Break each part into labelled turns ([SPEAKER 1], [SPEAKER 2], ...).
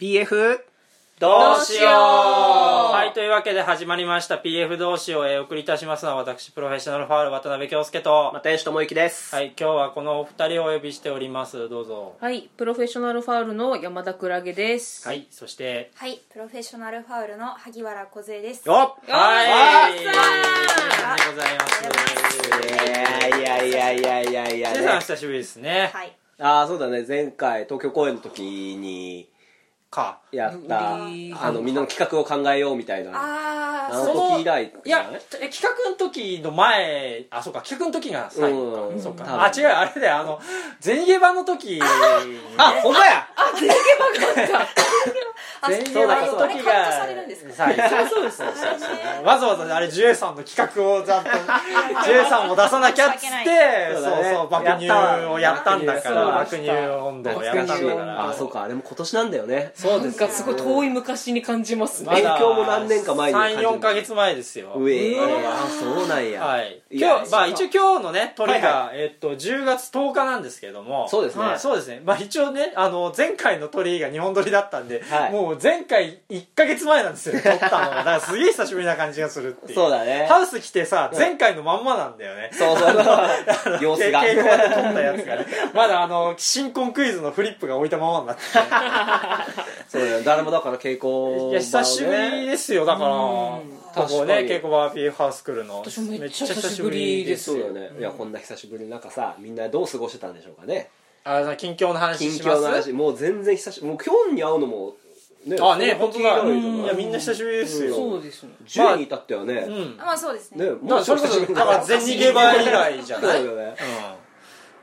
[SPEAKER 1] PF
[SPEAKER 2] どうしよう
[SPEAKER 1] はいというわけで始まりました PF どうしようへお送りいたしますのは私プロフェッショナルファウル渡辺京介と、
[SPEAKER 2] 又吉智之です。
[SPEAKER 1] はい今日はこのお二人をお呼びしておりますどうぞ
[SPEAKER 3] はい、プロフェッショナルファウルの山田クラゲです。
[SPEAKER 1] はいそして
[SPEAKER 4] はい、プロフェッショナルファウルの萩原梢です。
[SPEAKER 1] よっ
[SPEAKER 3] ー
[SPEAKER 1] はい
[SPEAKER 3] よっしゃー
[SPEAKER 1] ありがとうございます
[SPEAKER 2] いやいやいやいやいやい
[SPEAKER 1] 皆さん
[SPEAKER 2] や、
[SPEAKER 1] お久しぶりですね
[SPEAKER 4] はい。
[SPEAKER 2] ああ、そうだね。前回、東京公演の時に
[SPEAKER 1] か
[SPEAKER 2] やった、あ
[SPEAKER 3] うり
[SPEAKER 2] の、みんなの企画を考えようみたいな。あ
[SPEAKER 4] あ
[SPEAKER 2] の時以来
[SPEAKER 1] いやえ企画の時の前あそうか企画の時が最後か、
[SPEAKER 2] うん
[SPEAKER 1] そうか、
[SPEAKER 2] 多分
[SPEAKER 1] あ違うあれであの前夜版の時
[SPEAKER 2] あ、ほんまや
[SPEAKER 4] あ、
[SPEAKER 1] 前
[SPEAKER 4] そ
[SPEAKER 1] 夜
[SPEAKER 4] うだ
[SPEAKER 1] 版の
[SPEAKER 4] あれ
[SPEAKER 1] 時
[SPEAKER 4] カ
[SPEAKER 1] が
[SPEAKER 4] ットされるんですか。
[SPEAKER 1] はいそうそうそうそうそうわざわざあれジュエさんの企画をちゃんとジュエさんを出さなきゃっつって
[SPEAKER 4] 申し
[SPEAKER 2] 訳
[SPEAKER 1] そ
[SPEAKER 2] ないそ
[SPEAKER 1] うそう
[SPEAKER 2] う
[SPEAKER 1] 爆
[SPEAKER 2] だね
[SPEAKER 1] 乳をやったんだから
[SPEAKER 3] や
[SPEAKER 1] 爆
[SPEAKER 3] った
[SPEAKER 1] 乳温度をやったんだから
[SPEAKER 2] あ、そうか。でも今年なんだよね。
[SPEAKER 1] そう
[SPEAKER 3] な
[SPEAKER 1] で
[SPEAKER 3] ん
[SPEAKER 1] す
[SPEAKER 3] かすごい遠い昔に感じますね。
[SPEAKER 2] 勉強も何年か前に感じる
[SPEAKER 1] 34か月前ですよ
[SPEAKER 2] うえ
[SPEAKER 3] う
[SPEAKER 2] ー、
[SPEAKER 3] わ
[SPEAKER 2] あ、そうなんや。
[SPEAKER 1] はい、
[SPEAKER 2] いや
[SPEAKER 1] 今日まあ一応今日のね鳥が、
[SPEAKER 2] は
[SPEAKER 1] えっと10月10日なんですけれども
[SPEAKER 2] そうですね
[SPEAKER 1] はいそうですねまあ一応ねあの前回の鳥が日本鳥だったんで、
[SPEAKER 2] はい
[SPEAKER 1] もう前回1か月前なんですよ撮ったのがだからすげえ久しぶりな感じがするっていう
[SPEAKER 2] そうだね。
[SPEAKER 1] ハウス来てさ前回のまんまなんだよね
[SPEAKER 2] そうそうそう。 様子が。
[SPEAKER 1] 稽古場で撮ったやつがねまだあの新婚クイズのフリップが置いたままになって
[SPEAKER 2] そうだよ。誰もだから稽古、
[SPEAKER 1] いや久しぶり
[SPEAKER 2] で。
[SPEAKER 1] ですよだからこ
[SPEAKER 3] うん
[SPEAKER 1] こ
[SPEAKER 2] 確か
[SPEAKER 1] ね
[SPEAKER 2] に
[SPEAKER 1] 稽古場 PF ハウス来るの
[SPEAKER 3] 私もめっちゃ久しぶりです
[SPEAKER 2] そうだよね。いや、こんな久しぶりの中さ、みんなどう過ごしてたんでしょうかね。
[SPEAKER 1] あの近況の話
[SPEAKER 2] 近
[SPEAKER 1] し
[SPEAKER 2] 況
[SPEAKER 1] ます
[SPEAKER 2] の話もう全然久しぶりもう今日に会うのもね
[SPEAKER 1] あね
[SPEAKER 2] そんな
[SPEAKER 1] 本
[SPEAKER 2] 時
[SPEAKER 1] 当だ
[SPEAKER 2] 以来じ
[SPEAKER 1] いや
[SPEAKER 2] ゃない
[SPEAKER 1] みんな久しぶりですよ、
[SPEAKER 3] そうですね。
[SPEAKER 2] 10人いたってはね、
[SPEAKER 1] うん
[SPEAKER 4] まあそうですね。
[SPEAKER 2] ね
[SPEAKER 1] だからそれこそだから全逃げ場以来じゃな
[SPEAKER 2] そう
[SPEAKER 1] い、うん、
[SPEAKER 2] よね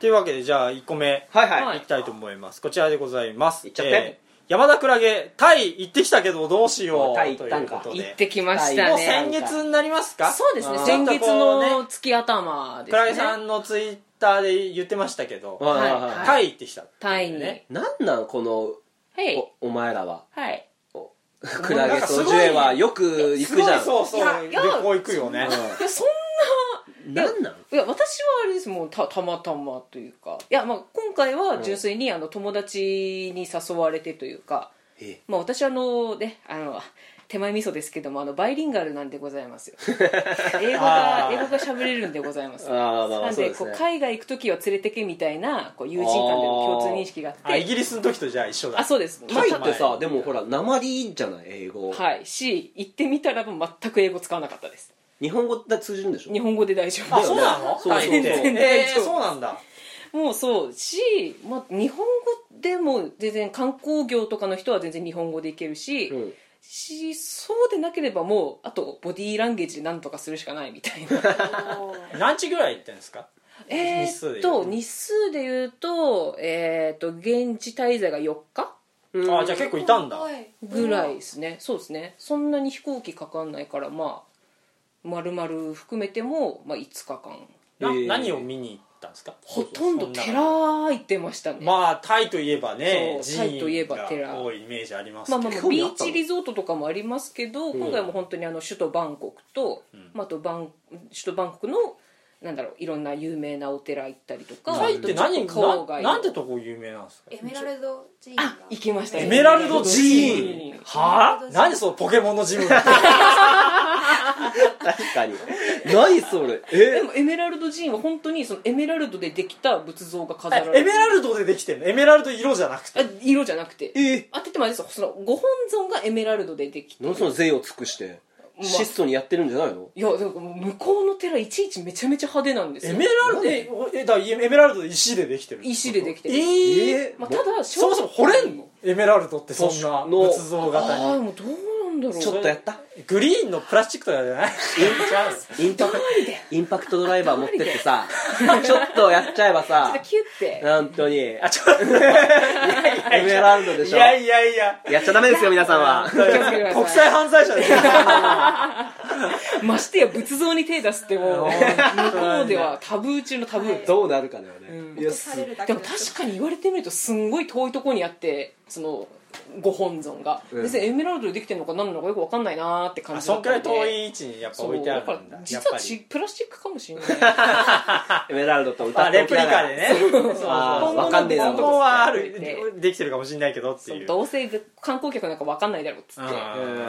[SPEAKER 1] というわけでじゃあ1個目
[SPEAKER 2] はいはい、
[SPEAKER 3] はい
[SPEAKER 1] いきたいと思いますこちらでございます
[SPEAKER 2] いっちゃって
[SPEAKER 1] 山田クラゲタイ行ってきたけどどうしよう
[SPEAKER 2] タイ行ったんか
[SPEAKER 1] という
[SPEAKER 3] 行っ
[SPEAKER 1] ことで
[SPEAKER 3] てきました
[SPEAKER 1] もう
[SPEAKER 3] ね。
[SPEAKER 1] 先月になりますか
[SPEAKER 3] そうです
[SPEAKER 2] あ
[SPEAKER 3] ね。
[SPEAKER 2] ー
[SPEAKER 3] 先
[SPEAKER 1] ちょっ
[SPEAKER 3] 月
[SPEAKER 1] とこうね
[SPEAKER 3] の月頭で
[SPEAKER 1] クラゲ
[SPEAKER 3] す
[SPEAKER 1] さ
[SPEAKER 3] ね。
[SPEAKER 1] んのツイッターで言ってましたけど
[SPEAKER 2] はいはい
[SPEAKER 3] はい
[SPEAKER 2] はい
[SPEAKER 1] タイ行ってきた
[SPEAKER 3] タイに。
[SPEAKER 1] ね
[SPEAKER 2] なんなんこの
[SPEAKER 3] はい。
[SPEAKER 2] おお前らは
[SPEAKER 3] はい。
[SPEAKER 2] クラゲ
[SPEAKER 1] なんかす
[SPEAKER 2] と
[SPEAKER 1] ごい
[SPEAKER 2] ジュエはよく行
[SPEAKER 1] す
[SPEAKER 2] く
[SPEAKER 1] ご
[SPEAKER 2] じゃ
[SPEAKER 1] い
[SPEAKER 2] ん
[SPEAKER 1] そうそう
[SPEAKER 3] いや
[SPEAKER 1] 旅行行くよね
[SPEAKER 3] いや、そん
[SPEAKER 2] うんなんなん
[SPEAKER 3] いや私はあれですもんたたまたまというかいや、まあ、今回は純粋に、あの友達に誘われてというか、
[SPEAKER 2] え
[SPEAKER 3] まあ、私あのねあの手前味噌ですけどもあのバイリンガルなんでござい ますよ英語
[SPEAKER 1] あ
[SPEAKER 3] が
[SPEAKER 1] ー
[SPEAKER 3] 英語が喋れるんでございます
[SPEAKER 2] あーまあまあ
[SPEAKER 3] なん
[SPEAKER 2] そう
[SPEAKER 3] で
[SPEAKER 2] ですね
[SPEAKER 3] こう海外行く時は連れてけみたいなこう友人間での共通認識があって
[SPEAKER 1] あイギリスの時とじゃあ一緒だ
[SPEAKER 3] あそうです
[SPEAKER 2] タイっ
[SPEAKER 3] ま
[SPEAKER 2] てさ
[SPEAKER 1] 前
[SPEAKER 2] でもほら鉛じゃない英語、
[SPEAKER 3] あはいし行ってみたらば全く英語使わなかったです
[SPEAKER 2] 日本語で通じるんでしょ
[SPEAKER 3] 日本語で大丈夫
[SPEAKER 1] あ
[SPEAKER 3] です
[SPEAKER 1] そうなの
[SPEAKER 2] そうそうそう
[SPEAKER 1] タイってえー
[SPEAKER 3] そう
[SPEAKER 1] そうなんだ
[SPEAKER 3] もうそうし、まあ、日本語でも全然観光業とかの人は全然日本語でいけるし,、
[SPEAKER 2] うん
[SPEAKER 3] しそうでなければもうあとボディーランゲージで何とかするしかないみたいな
[SPEAKER 1] 何時ぐらい行ってんですか
[SPEAKER 3] え
[SPEAKER 1] 日数
[SPEAKER 3] ー
[SPEAKER 1] で言
[SPEAKER 3] っ
[SPEAKER 1] う
[SPEAKER 3] と
[SPEAKER 1] と
[SPEAKER 3] 日数で言うと,、えーっと現地滞在が4日
[SPEAKER 2] うん
[SPEAKER 1] あじゃあ結構いたんだ
[SPEAKER 4] はい
[SPEAKER 3] ぐらいですね、そうですねそんなに飛行機かかんないからまあ丸々含めても、まあ、5日間
[SPEAKER 1] な
[SPEAKER 2] えー
[SPEAKER 1] 何を見に行ったんですか
[SPEAKER 3] ほとんど
[SPEAKER 1] そ
[SPEAKER 3] 寺
[SPEAKER 1] な
[SPEAKER 3] 行ってましたね、
[SPEAKER 1] まあタイといえばね
[SPEAKER 3] そうタイといえば
[SPEAKER 1] 寺院が多いイメージあります
[SPEAKER 3] まあまあ
[SPEAKER 1] け
[SPEAKER 3] ま
[SPEAKER 1] ど
[SPEAKER 2] 興
[SPEAKER 3] あ
[SPEAKER 2] 味
[SPEAKER 3] ビ
[SPEAKER 2] あったの
[SPEAKER 3] ーチリゾートとかもありますけど、今回も本当にあの首都バンコクと、まあ、あとバン首都バンコクのなんだろういろんな有名なお寺行ったりとか
[SPEAKER 1] タイって何
[SPEAKER 3] ちょと郊
[SPEAKER 1] な
[SPEAKER 3] 外
[SPEAKER 1] なんてとこ有名なんですか
[SPEAKER 4] エメラルドジーンが
[SPEAKER 3] あ行きました
[SPEAKER 1] エ
[SPEAKER 3] ね
[SPEAKER 1] メラルド寺
[SPEAKER 2] 寺
[SPEAKER 1] 院はあ何でそのポケモンのジムみたいな
[SPEAKER 2] 確かに 何それえ
[SPEAKER 3] でもエメラルド寺院は本当にそのエメラルドでできた仏像が飾られてる
[SPEAKER 1] エメラルドでできてんのエメラルド色じゃなくて
[SPEAKER 3] あ色じゃなくて
[SPEAKER 2] え
[SPEAKER 3] あって言ってもあれですよそのご本尊がエメラルドでできて
[SPEAKER 2] 何その贅を尽くして質素にやってるんじゃないの
[SPEAKER 3] いやでも向こうの寺いちいちめちゃめちゃ派手なんです
[SPEAKER 1] エ
[SPEAKER 3] よ
[SPEAKER 1] メラルドえおえだからエメラルドで石でできてる
[SPEAKER 3] 石でできてる
[SPEAKER 1] えー
[SPEAKER 2] え
[SPEAKER 3] まあ、ただ
[SPEAKER 1] そもそも掘れんのエメラルドってそんな
[SPEAKER 2] 確かの
[SPEAKER 1] 仏像
[SPEAKER 3] ああ
[SPEAKER 1] 型
[SPEAKER 3] でもどうなんだろう
[SPEAKER 2] ちょっとやった
[SPEAKER 1] にグリーンのプラスチックとかじゃない違うんです
[SPEAKER 2] インパクインパクトドライバー持ってってさちょっとやっちゃえばさ
[SPEAKER 3] キュッて
[SPEAKER 2] 本当にエ
[SPEAKER 1] あちょ っといやい
[SPEAKER 2] メ
[SPEAKER 1] やい
[SPEAKER 2] ラルドでしょ
[SPEAKER 1] やいやいや
[SPEAKER 2] やっちゃダメですよ皆さんは
[SPEAKER 3] 気をつけてください
[SPEAKER 1] 国際犯罪者 ですよ
[SPEAKER 3] ましてや仏像に手出すっても う向こうではタブー中のタブー
[SPEAKER 2] どうなるかだよね
[SPEAKER 3] うん
[SPEAKER 2] いや
[SPEAKER 4] されるだけ
[SPEAKER 3] で
[SPEAKER 4] の
[SPEAKER 3] も確かに言われてみるとすんごい遠いところにあってそのご本尊が、
[SPEAKER 2] うん
[SPEAKER 3] 別にエメラルドでできてるのか何なのかよく分かんないなーって感
[SPEAKER 1] あ
[SPEAKER 3] じ
[SPEAKER 1] そん
[SPEAKER 3] だっ
[SPEAKER 1] く
[SPEAKER 3] た
[SPEAKER 1] らい
[SPEAKER 3] んで
[SPEAKER 1] 遠い位置にやっぱ
[SPEAKER 3] そう
[SPEAKER 1] 置いてあるん
[SPEAKER 3] だか
[SPEAKER 1] だ
[SPEAKER 3] ら
[SPEAKER 1] やっ
[SPEAKER 3] 実
[SPEAKER 1] ぱ
[SPEAKER 3] は
[SPEAKER 1] り
[SPEAKER 3] ちプラスチックかもしれない
[SPEAKER 2] エメラルドと歌
[SPEAKER 1] あ
[SPEAKER 2] って
[SPEAKER 1] レ
[SPEAKER 2] おき
[SPEAKER 1] プ
[SPEAKER 2] な
[SPEAKER 1] リ
[SPEAKER 2] が
[SPEAKER 1] カ
[SPEAKER 2] ら
[SPEAKER 1] でね
[SPEAKER 2] あー
[SPEAKER 1] そうそうそう
[SPEAKER 2] わかんねえな
[SPEAKER 1] 本物はあ
[SPEAKER 3] と思っ
[SPEAKER 1] るできてるかもしれないけどって
[SPEAKER 3] そう
[SPEAKER 1] いう
[SPEAKER 3] どうせ観光客なんか分かんないだろうっつって、
[SPEAKER 1] うん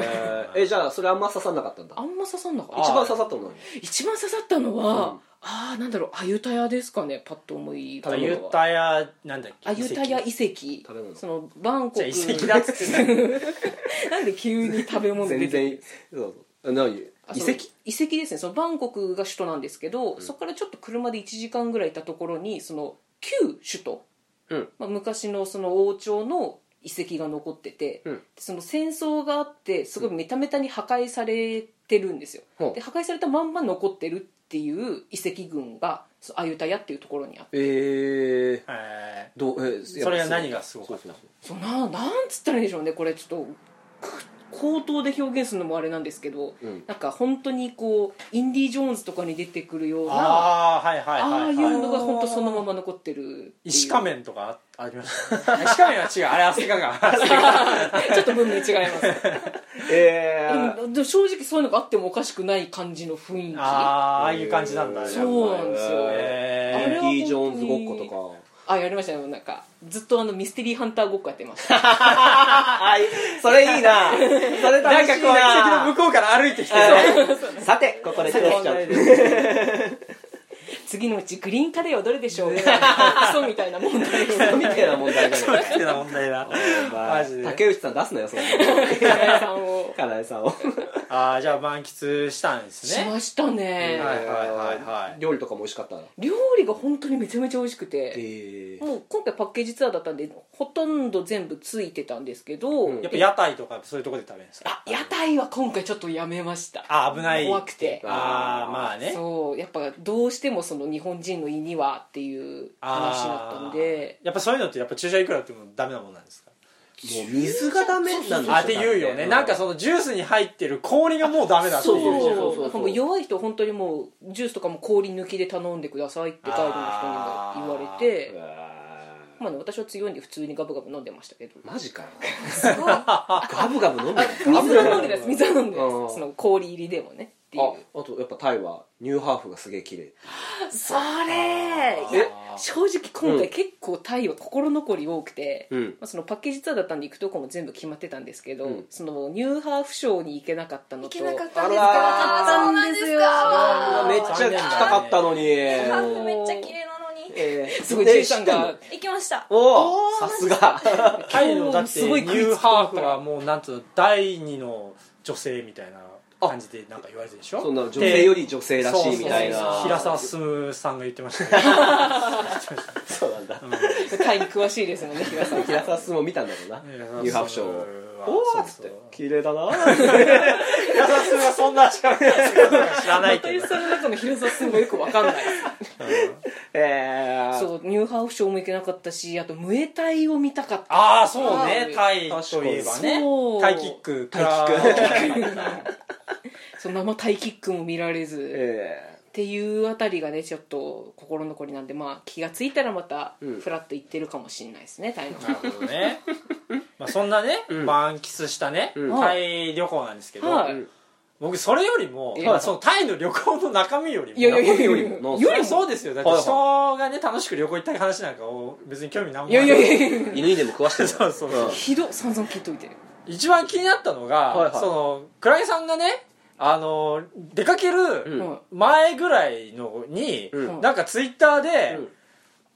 [SPEAKER 2] えーえじゃあそれあんま刺さんなかったんだ
[SPEAKER 3] あんま刺さんなかった
[SPEAKER 2] 一番刺さったのは
[SPEAKER 3] 一番刺さったのは、
[SPEAKER 2] うん
[SPEAKER 3] ああなんだろうアユタヤですかねパッと思い浮か
[SPEAKER 1] ア
[SPEAKER 3] ぶの
[SPEAKER 1] ユ
[SPEAKER 3] は
[SPEAKER 1] タヤなんだっけ
[SPEAKER 3] アユタヤ遺跡
[SPEAKER 2] 食べ物
[SPEAKER 3] そのバンコ
[SPEAKER 1] じゃあ
[SPEAKER 3] ク
[SPEAKER 1] 遺跡だっつって
[SPEAKER 3] なんで急に食べ物出て
[SPEAKER 2] 全然そうそう何遺
[SPEAKER 3] あその
[SPEAKER 2] 跡
[SPEAKER 3] 遺跡ですねそのバンコクが首都なんですけど、そこからちょっと車で1時間ぐらいいたところにその旧首都、
[SPEAKER 2] うん
[SPEAKER 3] まあ、昔のその王朝の遺跡が残ってて、
[SPEAKER 2] うん
[SPEAKER 3] でその戦争があってすごいメタメタに破壊されてるんですよ、
[SPEAKER 2] ほう
[SPEAKER 3] で破壊されたまんま残ってるっていう遺跡群がそのアユタヤっていうところにあって
[SPEAKER 2] ええ
[SPEAKER 1] え
[SPEAKER 2] どうえ
[SPEAKER 1] ーそれが何がすごかった
[SPEAKER 2] そう
[SPEAKER 3] そうななんつったらいいんでしょうねこれちょっとく口頭で表現するのもあれなんですけど、
[SPEAKER 2] うん
[SPEAKER 3] なんか本当にこうインディ・ジョーンズとかに出てくるような
[SPEAKER 1] ああはいはい
[SPEAKER 3] ああ
[SPEAKER 1] はいいうはい
[SPEAKER 3] のが本当そのまま残ってるっていう
[SPEAKER 1] 石仮面とかあありました 石仮面は違うあれアスカが
[SPEAKER 3] ちょっと文明 違います
[SPEAKER 2] え
[SPEAKER 3] でもでも正直そういうのがあってもおかしくない感じの雰囲気
[SPEAKER 1] あ
[SPEAKER 3] あ
[SPEAKER 1] あああいう感じなんだ
[SPEAKER 3] そうなんですよ
[SPEAKER 1] え
[SPEAKER 3] あれ
[SPEAKER 1] ー
[SPEAKER 3] は
[SPEAKER 2] インディ・ジョーンズごっことか
[SPEAKER 3] やりましたねなんかずっとあのミステリーハンターごっこやってました
[SPEAKER 2] あそれいいなそれ
[SPEAKER 1] なんかこう遺跡の向こうから歩いてきてね
[SPEAKER 2] さてここでクエスチョン
[SPEAKER 3] 次のうちグリーンカレーはどれでしょうクソみたいな問題で す
[SPEAKER 2] みたいな問題が
[SPEAKER 1] そういう問題だ マジで
[SPEAKER 2] 竹内さん出すなよそんな
[SPEAKER 3] さんを
[SPEAKER 2] かなえさんを
[SPEAKER 1] ああじゃあ満喫したんです
[SPEAKER 3] し
[SPEAKER 1] ね
[SPEAKER 3] ましたね、
[SPEAKER 1] はいはいはいはい
[SPEAKER 2] 料理とかも美味しかった
[SPEAKER 3] 料理が本当にめちゃめちゃ美味しくて
[SPEAKER 2] え
[SPEAKER 3] もう今回パッケージツアーだったんでほとんど全部ついてたんですけど、
[SPEAKER 2] うん
[SPEAKER 1] やっぱ屋台とかそういうとこで食べるんですか
[SPEAKER 3] あ屋台は今回ちょっとやめました
[SPEAKER 1] あ危ない
[SPEAKER 3] 怖くて
[SPEAKER 1] ああまあね
[SPEAKER 3] そうやっぱどうしてもその日本人の胃にはっていう話だったんで
[SPEAKER 1] あーやっぱそういうのってやっぱ注射いくらあってもダメなもんなんですか
[SPEAKER 2] もう水がダメなんでしょ
[SPEAKER 1] あって言うよねなんかそのジュースに入ってる氷がもうダメだっていう
[SPEAKER 2] そうそうそう
[SPEAKER 3] なんかもう弱い人は本当にもうジュースとかも氷抜きで頼んでくださいってガイドの人にも言われてまあね私は強いんで普通にガブガブ飲んでましたけど
[SPEAKER 2] マジかよ
[SPEAKER 3] すごい
[SPEAKER 2] ガブガブ飲む
[SPEAKER 3] 水は飲んでないです水は飲んでない
[SPEAKER 2] うん
[SPEAKER 3] ですその氷入りでもねってい
[SPEAKER 2] あ
[SPEAKER 3] う
[SPEAKER 2] あとやっぱタイはニューハーフがすげえ綺麗
[SPEAKER 3] それいや正直今
[SPEAKER 2] うん
[SPEAKER 3] 回結構タイは心残り多くて、
[SPEAKER 2] うん
[SPEAKER 3] まあ、そのパッケージツアーだったんで行くとこも全部決まってたんですけど、
[SPEAKER 2] うん
[SPEAKER 3] そのニューハーフショーに行けなかったのと
[SPEAKER 4] 行けなかったんです
[SPEAKER 2] あ
[SPEAKER 4] か
[SPEAKER 2] らー
[SPEAKER 4] そうなんです
[SPEAKER 2] あ
[SPEAKER 4] か
[SPEAKER 2] めっちゃ来たかったのに
[SPEAKER 4] ハーフめっちゃ綺麗なのに
[SPEAKER 2] えー
[SPEAKER 3] すごいじいさん
[SPEAKER 2] 知って
[SPEAKER 3] が
[SPEAKER 2] の
[SPEAKER 4] 行きました
[SPEAKER 2] おおさすが
[SPEAKER 1] タイのだって
[SPEAKER 3] す
[SPEAKER 1] ニ
[SPEAKER 3] ご
[SPEAKER 1] ュ
[SPEAKER 3] い食いつく
[SPEAKER 1] ーハーフはもうなんつうの第二の女性みたいな感じでなんか言われてるでしょ
[SPEAKER 2] そんな女性より女性らしいみたい
[SPEAKER 1] そうそうそう
[SPEAKER 2] な
[SPEAKER 1] 平沢進さんが言ってましたね
[SPEAKER 2] そうなんだ
[SPEAKER 3] タイに詳しいですもんね平さ ん
[SPEAKER 2] 平沢進も見たんだろうなニューハーフショーをお
[SPEAKER 1] お
[SPEAKER 2] お
[SPEAKER 1] お
[SPEAKER 2] っ
[SPEAKER 1] っ
[SPEAKER 2] つ
[SPEAKER 1] つ
[SPEAKER 2] っ
[SPEAKER 1] ってて
[SPEAKER 2] 綺麗だな
[SPEAKER 1] 平沢進はそんなしか知らないけ
[SPEAKER 3] 又吉
[SPEAKER 1] ど
[SPEAKER 3] さんの中の平沢さんもよくわかんない
[SPEAKER 2] えー
[SPEAKER 3] そうニューハーフショーも行けなかったしあとムエタイを見たかった
[SPEAKER 1] ああそうねタイといえばね
[SPEAKER 3] そう
[SPEAKER 1] タイキックタイキック
[SPEAKER 3] そう生タイキックも見られず、
[SPEAKER 2] え
[SPEAKER 3] っていうあたりがねちょっと心残りなんでまあ気がついたらまた
[SPEAKER 2] うん
[SPEAKER 3] フラッと行ってるかもしれないですね、タイの方
[SPEAKER 1] なるほどね まあそんなね
[SPEAKER 2] うん
[SPEAKER 1] 満喫したね
[SPEAKER 2] うん
[SPEAKER 1] タイ旅行なんですけど
[SPEAKER 3] はい
[SPEAKER 2] うん
[SPEAKER 1] 僕それよりも
[SPEAKER 3] ええ
[SPEAKER 1] そのタイの旅行の中身よりも
[SPEAKER 3] いやいやいやいや
[SPEAKER 2] よ
[SPEAKER 3] よ
[SPEAKER 2] り
[SPEAKER 3] り
[SPEAKER 2] も
[SPEAKER 3] も
[SPEAKER 1] そりゃそうですよだって
[SPEAKER 2] はい
[SPEAKER 1] 人がね楽しく旅行行った話なんかを別に興味なんも
[SPEAKER 3] い
[SPEAKER 1] な
[SPEAKER 3] や
[SPEAKER 1] い
[SPEAKER 3] いやいやいや
[SPEAKER 2] ー犬にでも食わしてる
[SPEAKER 1] そうそうそう
[SPEAKER 3] ひど散々聞いといて
[SPEAKER 1] 一番気になったのが、
[SPEAKER 2] はいはい
[SPEAKER 1] そのクラゲさんがねあの出かけ
[SPEAKER 2] うん
[SPEAKER 1] る
[SPEAKER 3] は
[SPEAKER 1] 前ぐらいのに、
[SPEAKER 2] うん
[SPEAKER 1] なんかツイッターで、
[SPEAKER 2] うん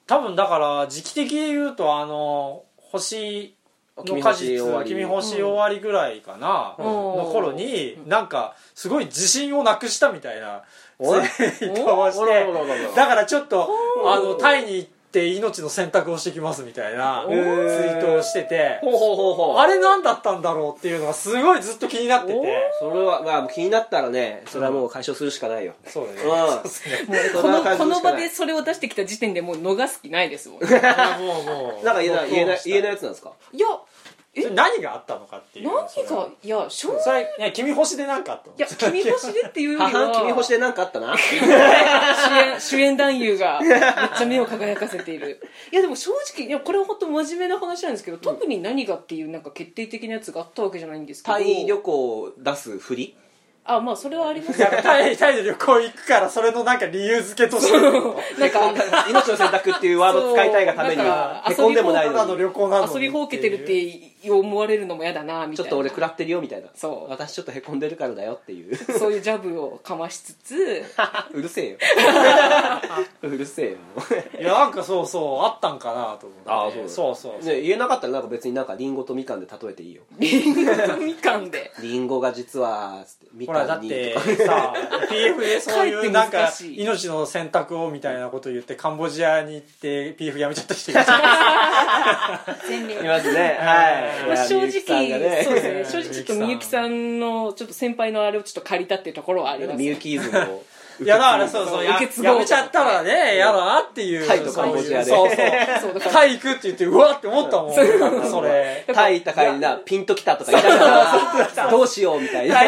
[SPEAKER 1] 多分だから時期的に言うとあの星の果実
[SPEAKER 2] 君星終わり
[SPEAKER 1] 君星終わりぐらいかな、
[SPEAKER 3] うん
[SPEAKER 1] の頃に、なんかすごい自信をなくしたみたいな
[SPEAKER 2] おい
[SPEAKER 1] ツイートをし
[SPEAKER 2] おらおら
[SPEAKER 1] て
[SPEAKER 2] おらおら
[SPEAKER 1] だからちょっとあのタイに行って命の選択をしてきますみたいな
[SPEAKER 2] お
[SPEAKER 1] ツイ
[SPEAKER 2] ー
[SPEAKER 1] ートをしてて。
[SPEAKER 2] ほうほうほうほう
[SPEAKER 1] あれ何だったんだろうっていうのがすごいずっと気になってて
[SPEAKER 2] それはまあ気になったらねそれはもう解消するしかないよ
[SPEAKER 1] そうだ
[SPEAKER 2] う
[SPEAKER 1] ね
[SPEAKER 2] ん
[SPEAKER 1] そ
[SPEAKER 3] このこ
[SPEAKER 2] こ
[SPEAKER 3] の場でそれを出してきた時点でもう逃す気ないですもんいう
[SPEAKER 1] ですねもうもう
[SPEAKER 2] なんか言えない言えない言えないやつなんですか
[SPEAKER 3] や
[SPEAKER 1] それ何があったのかっていう
[SPEAKER 3] 何
[SPEAKER 1] それ
[SPEAKER 3] がいや正直
[SPEAKER 1] それいや君星で何かあったの
[SPEAKER 3] い や君星でっていうよりは
[SPEAKER 2] 母君星で何かあったな
[SPEAKER 3] 主演主演男優 がめっちゃ目を輝かせているいやでも正直いやこれは本当真面目な話なんですけど、特に何がっていうなんか決定的なやつがあったわけじゃないんですけど
[SPEAKER 2] タイ旅行を出すふり
[SPEAKER 3] あまあそれはあります
[SPEAKER 1] いやタイタイで旅行行くからそれのなんか理由付けとして
[SPEAKER 3] なん か
[SPEAKER 2] 命の選択っていうワード使いたいがために
[SPEAKER 3] そうなんか
[SPEAKER 2] へこんでもない
[SPEAKER 1] ただ
[SPEAKER 2] の
[SPEAKER 1] の
[SPEAKER 2] に
[SPEAKER 1] 旅行なのに
[SPEAKER 3] 遊びほうけてるって思われるのも嫌だなみ
[SPEAKER 2] ち
[SPEAKER 3] た
[SPEAKER 2] ょ
[SPEAKER 3] い
[SPEAKER 2] っ
[SPEAKER 3] な
[SPEAKER 2] と俺食らってるよみたいな
[SPEAKER 3] そう
[SPEAKER 2] 私ちょっとへこんでるからだよっていう
[SPEAKER 3] そういうジャブをかましつ つ
[SPEAKER 2] うるせえようるせえよ
[SPEAKER 1] いやなんかそうそうあったんかなと思って
[SPEAKER 2] ああそうだ
[SPEAKER 1] そうそうそう
[SPEAKER 2] ね言えなかったらなんか別になんかリンゴとみかんで例えていいよ
[SPEAKER 3] リンゴとみかんで
[SPEAKER 2] リンゴが実はつってみ
[SPEAKER 1] ほら
[SPEAKER 2] か
[SPEAKER 1] だっ
[SPEAKER 2] んにと
[SPEAKER 1] て
[SPEAKER 2] か
[SPEAKER 1] さ PF でそうい
[SPEAKER 3] 帰
[SPEAKER 1] う
[SPEAKER 3] って
[SPEAKER 1] なん
[SPEAKER 3] 難
[SPEAKER 1] か
[SPEAKER 3] しい
[SPEAKER 1] 命の選択をみたいなこと言ってカンボジアに行って PF やめちゃった人いるじゃん
[SPEAKER 4] 前例
[SPEAKER 2] いますねはい
[SPEAKER 3] まあ、正
[SPEAKER 2] いやみゆきさんが
[SPEAKER 3] 直、そうですね、
[SPEAKER 1] みゆきさん
[SPEAKER 3] 正直ちょっとみゆきさんの、ちょっと先輩のあれをちょっと借りたっていうところはあります。
[SPEAKER 2] みゆきイズムを
[SPEAKER 1] いやだからそうそうや
[SPEAKER 3] 受け継ごう
[SPEAKER 1] やめちゃったらねやだなっていう
[SPEAKER 2] タイとカンボジアで
[SPEAKER 1] そ ういうそう
[SPEAKER 3] そ
[SPEAKER 1] そうう
[SPEAKER 3] だから
[SPEAKER 1] タイ行くって言ってうわって思ったもんそ れ
[SPEAKER 2] タイ行った帰りなピンときたとか言いながらどうしようみたいな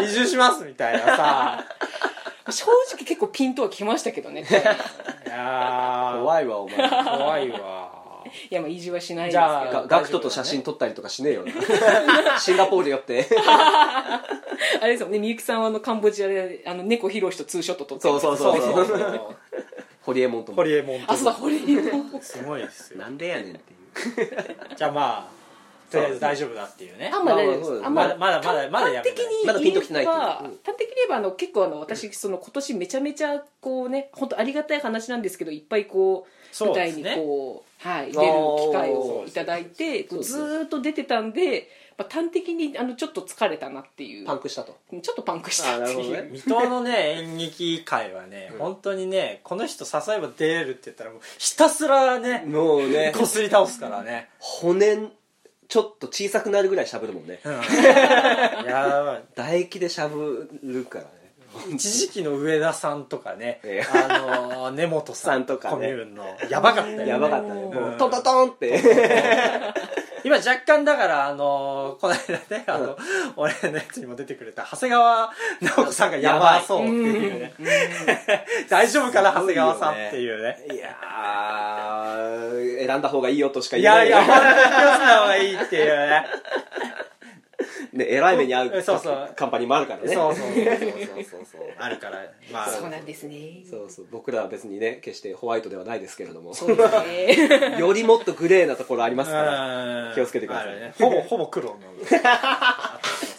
[SPEAKER 1] 移住しますみたいなさ
[SPEAKER 3] 正直結構ピンとはきました けどね。
[SPEAKER 1] いやー
[SPEAKER 2] 怖いわお前ガ
[SPEAKER 1] 怖いわ
[SPEAKER 3] いや、まあ、意地はしないです
[SPEAKER 1] じゃ
[SPEAKER 3] け
[SPEAKER 1] あ
[SPEAKER 3] ど。
[SPEAKER 2] ガクトと写真撮ったりとかしねえよな シンガポール寄って
[SPEAKER 3] あれですもんね、みゆきさんはあの、カンボジアで、あの、猫ひろしとツーショット撮って。
[SPEAKER 2] そうそう
[SPEAKER 1] そ
[SPEAKER 2] そうう
[SPEAKER 1] そうそ
[SPEAKER 2] そう
[SPEAKER 1] う
[SPEAKER 2] ホリエモンと
[SPEAKER 1] ホリエモン
[SPEAKER 3] あ、そうだ、ホリエモン。
[SPEAKER 1] すごいです よ
[SPEAKER 2] なんでやねんっていう
[SPEAKER 1] じゃあまあとりあえず大丈夫だっていうね
[SPEAKER 3] あんま大丈夫で
[SPEAKER 2] まあまあそうですね
[SPEAKER 3] す。あん
[SPEAKER 1] まだまだまだまだやめな
[SPEAKER 3] 端
[SPEAKER 1] い
[SPEAKER 3] 的に
[SPEAKER 2] まだピンときてないっていう
[SPEAKER 3] 言え
[SPEAKER 2] う
[SPEAKER 3] ば
[SPEAKER 2] ん
[SPEAKER 3] 端的に言えばあの結構あの私その今年めちゃめちゃこうね本当ありがたい話なんですけどいっぱいこう
[SPEAKER 1] そう
[SPEAKER 3] 舞
[SPEAKER 1] で
[SPEAKER 3] 台
[SPEAKER 1] すね
[SPEAKER 3] にこう、はい、出る機会をいただいて
[SPEAKER 2] そうです
[SPEAKER 3] ずーっと出てたんで、まあ、端的にあのちょっと疲れたなっていう
[SPEAKER 2] パンクしたと
[SPEAKER 3] ちょっとパンクしたって
[SPEAKER 2] あなるほ
[SPEAKER 3] い
[SPEAKER 2] ど
[SPEAKER 3] う
[SPEAKER 2] ね
[SPEAKER 1] 水戸のね演劇界はね、
[SPEAKER 2] ん
[SPEAKER 1] 本当にねこの人誘えば出れるって言ったらもうひたすらね
[SPEAKER 2] もうね
[SPEAKER 1] こすり倒すからね、
[SPEAKER 2] 骨ちょっと小さくなるぐらいしゃぶるもんね
[SPEAKER 1] うん、やばい
[SPEAKER 2] 唾液でしゃぶるからね
[SPEAKER 1] 一時期の上田さんとかね
[SPEAKER 2] え
[SPEAKER 1] あの根本さん
[SPEAKER 2] さんとかね
[SPEAKER 1] コミューンのやばかったよね
[SPEAKER 2] やばかったね
[SPEAKER 3] うん
[SPEAKER 2] もうトントントンって
[SPEAKER 1] 今若干だからあのこの間ねあの、俺のやつにも出てくれた長谷川直子さんがやばそうっていうね 大丈夫かな長谷川さんっていうね
[SPEAKER 2] いやー選んだ方がいいよとしか
[SPEAKER 1] い
[SPEAKER 2] 言えな
[SPEAKER 1] や
[SPEAKER 2] い
[SPEAKER 1] いや本当に気をつけた方がいいっていうね
[SPEAKER 2] ねえらい目に遭う
[SPEAKER 1] そうそう
[SPEAKER 2] カンパニーもあるからね
[SPEAKER 1] そうそう
[SPEAKER 2] そうそうそうそう
[SPEAKER 1] あるからまあ
[SPEAKER 3] そうなんですね
[SPEAKER 2] そうそう僕らは別にね決してホワイトではないですけれども
[SPEAKER 3] そうで すね
[SPEAKER 2] よりもっとグレーなところありますから
[SPEAKER 1] うん
[SPEAKER 2] 気をつけてください
[SPEAKER 1] あるねほぼほぼ黒の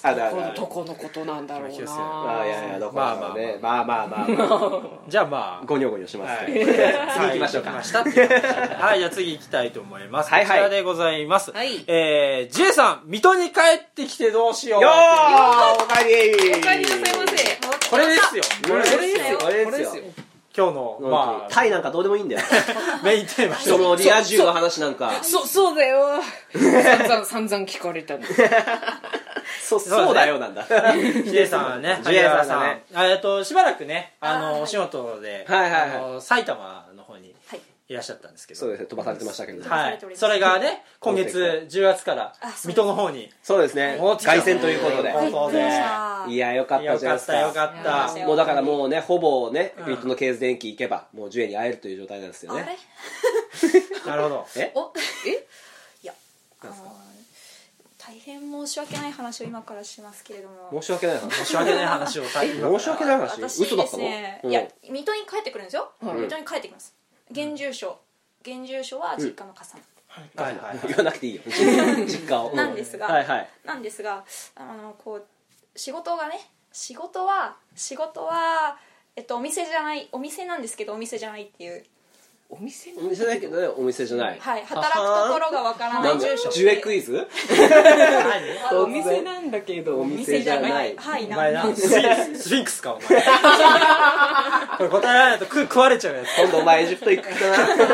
[SPEAKER 2] あるあ
[SPEAKER 3] こ
[SPEAKER 2] るあ
[SPEAKER 3] の
[SPEAKER 2] る
[SPEAKER 3] とこのことなんだろう
[SPEAKER 1] 気をつけて
[SPEAKER 3] な
[SPEAKER 2] あいやいやどこまあねまあまあまあま
[SPEAKER 1] じゃあま
[SPEAKER 2] あ
[SPEAKER 1] あ
[SPEAKER 2] ゴニョゴニョします
[SPEAKER 1] はい
[SPEAKER 2] けど、
[SPEAKER 1] 次
[SPEAKER 2] 行きましょうか
[SPEAKER 1] はいじゃあ次行きたいと思いますこ
[SPEAKER 2] はい
[SPEAKER 1] ち
[SPEAKER 2] はい
[SPEAKER 1] らでございます
[SPEAKER 3] はい
[SPEAKER 1] えー J さん水戸に帰ってきてどうしよう
[SPEAKER 2] よーおかえり
[SPEAKER 3] お帰りなさいませ
[SPEAKER 1] これですよ
[SPEAKER 2] これですよ
[SPEAKER 3] こ
[SPEAKER 2] これ
[SPEAKER 3] れで
[SPEAKER 2] ですす
[SPEAKER 3] よ
[SPEAKER 2] よ
[SPEAKER 1] 今日の
[SPEAKER 2] ま
[SPEAKER 1] ま
[SPEAKER 2] あタイなんかどうでもいい んだよ
[SPEAKER 1] あメインテーマ
[SPEAKER 2] そのリア充の話なんか
[SPEAKER 3] そそうだよ散々散々聞かれ たの
[SPEAKER 2] そ
[SPEAKER 1] そうだね
[SPEAKER 2] そうだよなんだ
[SPEAKER 1] ヒデさ んはね
[SPEAKER 2] ジュエ
[SPEAKER 1] 萩
[SPEAKER 2] さんだ
[SPEAKER 1] 原
[SPEAKER 2] ね
[SPEAKER 1] さんえっとしばらくねあ
[SPEAKER 4] あーは
[SPEAKER 1] の
[SPEAKER 4] い
[SPEAKER 1] お仕事で
[SPEAKER 2] はいはいはい
[SPEAKER 1] あの埼玉の方に
[SPEAKER 4] はい
[SPEAKER 1] いらっしゃったんですけど
[SPEAKER 2] そうですね飛ばされてましたけれども、
[SPEAKER 1] は
[SPEAKER 4] され
[SPEAKER 1] い
[SPEAKER 4] ており、ます
[SPEAKER 1] それがね今月10月から
[SPEAKER 4] あそう
[SPEAKER 1] 水戸の方に
[SPEAKER 2] そうですね凱旋ということで、
[SPEAKER 1] は
[SPEAKER 4] びっくりし
[SPEAKER 2] い、やよかった
[SPEAKER 1] よ
[SPEAKER 2] じゃないで
[SPEAKER 1] かっ
[SPEAKER 2] す
[SPEAKER 1] たよかっ
[SPEAKER 4] いや
[SPEAKER 1] た
[SPEAKER 4] ー
[SPEAKER 2] もうだからもうねほぼね
[SPEAKER 1] ん
[SPEAKER 2] ビットのケーズ電機行けばもうジュエに会えるという状態なんですよ
[SPEAKER 4] あれ
[SPEAKER 2] ね
[SPEAKER 1] なるほど
[SPEAKER 2] え
[SPEAKER 4] お
[SPEAKER 3] え
[SPEAKER 4] いやあの大変申し訳ない話を今からしますけれども
[SPEAKER 2] 申し訳ない話
[SPEAKER 1] 申し訳ない話をさ
[SPEAKER 2] 申し訳ない話
[SPEAKER 4] 私
[SPEAKER 2] 嘘だ
[SPEAKER 4] で
[SPEAKER 2] った
[SPEAKER 4] す
[SPEAKER 2] の、
[SPEAKER 4] ね
[SPEAKER 2] うん
[SPEAKER 4] いや水戸に帰ってくるんですよ
[SPEAKER 3] はい
[SPEAKER 4] 水戸に帰ってきます現住所現住所は実家の笠
[SPEAKER 1] はいはいはい
[SPEAKER 2] 言わなくていいよ 実家を
[SPEAKER 4] 間 なんです
[SPEAKER 2] はい
[SPEAKER 4] が
[SPEAKER 2] はい
[SPEAKER 4] なんですがあのこう仕事がね仕事は仕事はえっとお店じゃないお店なんですけどお店じゃないっていう
[SPEAKER 3] お店
[SPEAKER 2] お店だけどねお店じゃない、
[SPEAKER 4] はい働くところがわからな
[SPEAKER 2] ないんだ
[SPEAKER 4] 住所
[SPEAKER 2] ジュエクイズ
[SPEAKER 4] あ
[SPEAKER 3] お
[SPEAKER 4] の
[SPEAKER 3] 店なんだけど
[SPEAKER 2] お店じゃない
[SPEAKER 4] はい
[SPEAKER 1] お前
[SPEAKER 4] な
[SPEAKER 1] なスフィンスフィンクスか お前これ答えられないと食食われちゃうやつ
[SPEAKER 2] 今度お前エジプト行く気だな
[SPEAKER 4] 行きたい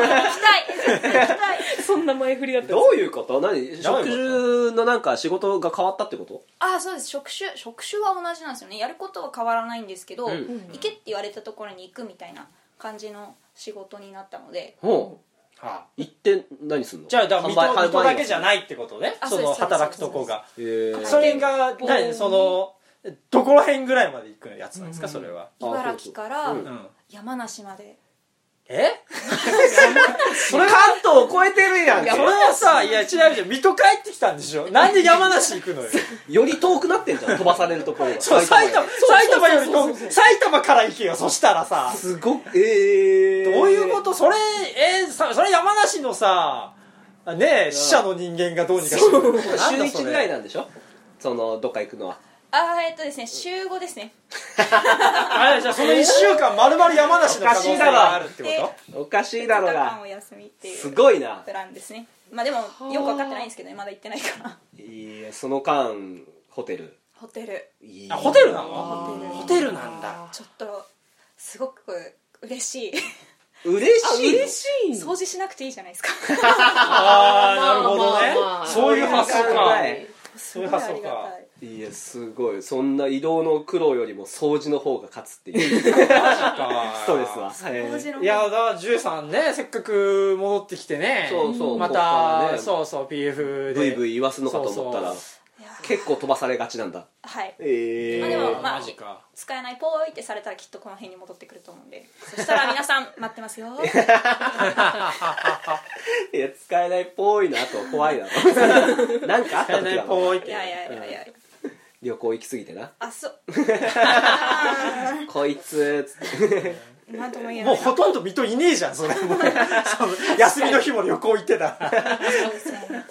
[SPEAKER 4] 行きたい
[SPEAKER 3] そんな前振りだったんです
[SPEAKER 2] どういうこと何食事のなんか仕事が変わったってこと
[SPEAKER 4] あそうです職種職種は同じなんですよねやることは変わらないんですけど、
[SPEAKER 2] うん
[SPEAKER 4] 行けって言われたところに行くみたいな感じの仕事になったので
[SPEAKER 2] ほ
[SPEAKER 1] は
[SPEAKER 2] 行って何すんの
[SPEAKER 1] いじゃあだから水戸水戸だけじゃ
[SPEAKER 2] い
[SPEAKER 1] ないってことね
[SPEAKER 4] あ
[SPEAKER 1] そ
[SPEAKER 4] そう
[SPEAKER 1] の
[SPEAKER 4] ですそうです
[SPEAKER 1] 働くとこが
[SPEAKER 2] えー
[SPEAKER 1] それが
[SPEAKER 3] うん
[SPEAKER 1] 何そのどこら辺ぐらいまで行くやつなんですか
[SPEAKER 3] うん
[SPEAKER 1] それは、
[SPEAKER 2] あ
[SPEAKER 4] 茨城から
[SPEAKER 2] そうそう
[SPEAKER 1] うん、
[SPEAKER 4] 山梨まで
[SPEAKER 1] え
[SPEAKER 2] それ関東を超えてるやん
[SPEAKER 1] それはさいや違う違う水戸帰ってきたんでしょなんで山梨行くのよ
[SPEAKER 2] より遠くなってんじゃん飛ばされるところが
[SPEAKER 1] そう埼玉
[SPEAKER 2] よ
[SPEAKER 1] 埼玉より遠く埼玉から行けよそしたらさ
[SPEAKER 2] りすごくええ
[SPEAKER 1] どういうことそれえーさそれ山梨のさねえ死者の人間がどうにかしろ
[SPEAKER 2] 週一ぐらい
[SPEAKER 1] だ
[SPEAKER 2] なんでしょそのどっか行くのは
[SPEAKER 4] あーえっとですね週5ですね
[SPEAKER 1] あれじゃあその1週間まるまる山梨の可能性があるってこ
[SPEAKER 4] おかしいだろ
[SPEAKER 1] と
[SPEAKER 2] おかしいだろう
[SPEAKER 4] 2日間
[SPEAKER 2] が
[SPEAKER 4] お休みってい
[SPEAKER 2] す
[SPEAKER 4] う
[SPEAKER 2] ごいな
[SPEAKER 4] プランですねまあでもよく分かってないんですけどねまだ行ってないから
[SPEAKER 2] いやその間ホテル
[SPEAKER 4] ホテル
[SPEAKER 2] いい
[SPEAKER 1] あホテルなの
[SPEAKER 3] あー
[SPEAKER 1] ホテルなんだ
[SPEAKER 4] ちょっとすごく嬉しい
[SPEAKER 2] 嬉しいの
[SPEAKER 3] 嬉しい
[SPEAKER 4] 掃除しなくていいじゃないですか
[SPEAKER 1] ああなるほどね、
[SPEAKER 3] まあまあまあ
[SPEAKER 1] そういう発想か
[SPEAKER 2] はい
[SPEAKER 1] そういう発想か
[SPEAKER 2] いやすごいそんな移動の苦労よりも掃除の方が勝つって いうス
[SPEAKER 1] ス
[SPEAKER 2] トレスは
[SPEAKER 4] 掃除の
[SPEAKER 1] いやだからジュウさんねせっかく戻ってきてね
[SPEAKER 2] そうそう
[SPEAKER 1] ま
[SPEAKER 2] ここから
[SPEAKER 1] た、
[SPEAKER 2] ね
[SPEAKER 1] そうそう PF
[SPEAKER 2] ブイ
[SPEAKER 1] で
[SPEAKER 2] ブイ言わすのかと思ったら
[SPEAKER 1] そう
[SPEAKER 4] いや
[SPEAKER 2] 結構飛ばされがちなんだ
[SPEAKER 4] はい
[SPEAKER 2] え
[SPEAKER 4] まあでもまあ
[SPEAKER 1] マジか
[SPEAKER 4] 使えないポーイってされたらきっとこの辺に戻ってくると思うんでそしたら皆さん待ってますよ
[SPEAKER 2] いや使えないっぽいなと怖いな なんかあった時
[SPEAKER 1] ね
[SPEAKER 2] は
[SPEAKER 1] ぽいっ
[SPEAKER 4] い
[SPEAKER 1] て
[SPEAKER 4] やいやいやいや
[SPEAKER 2] 旅行行き過ぎてな
[SPEAKER 4] あそう
[SPEAKER 2] こいつつって
[SPEAKER 4] なんとも言えな
[SPEAKER 1] もう
[SPEAKER 4] いな
[SPEAKER 1] ほとんど水戸いねえじゃんそれもうその 休みの日も旅行行ってたら
[SPEAKER 4] そうですね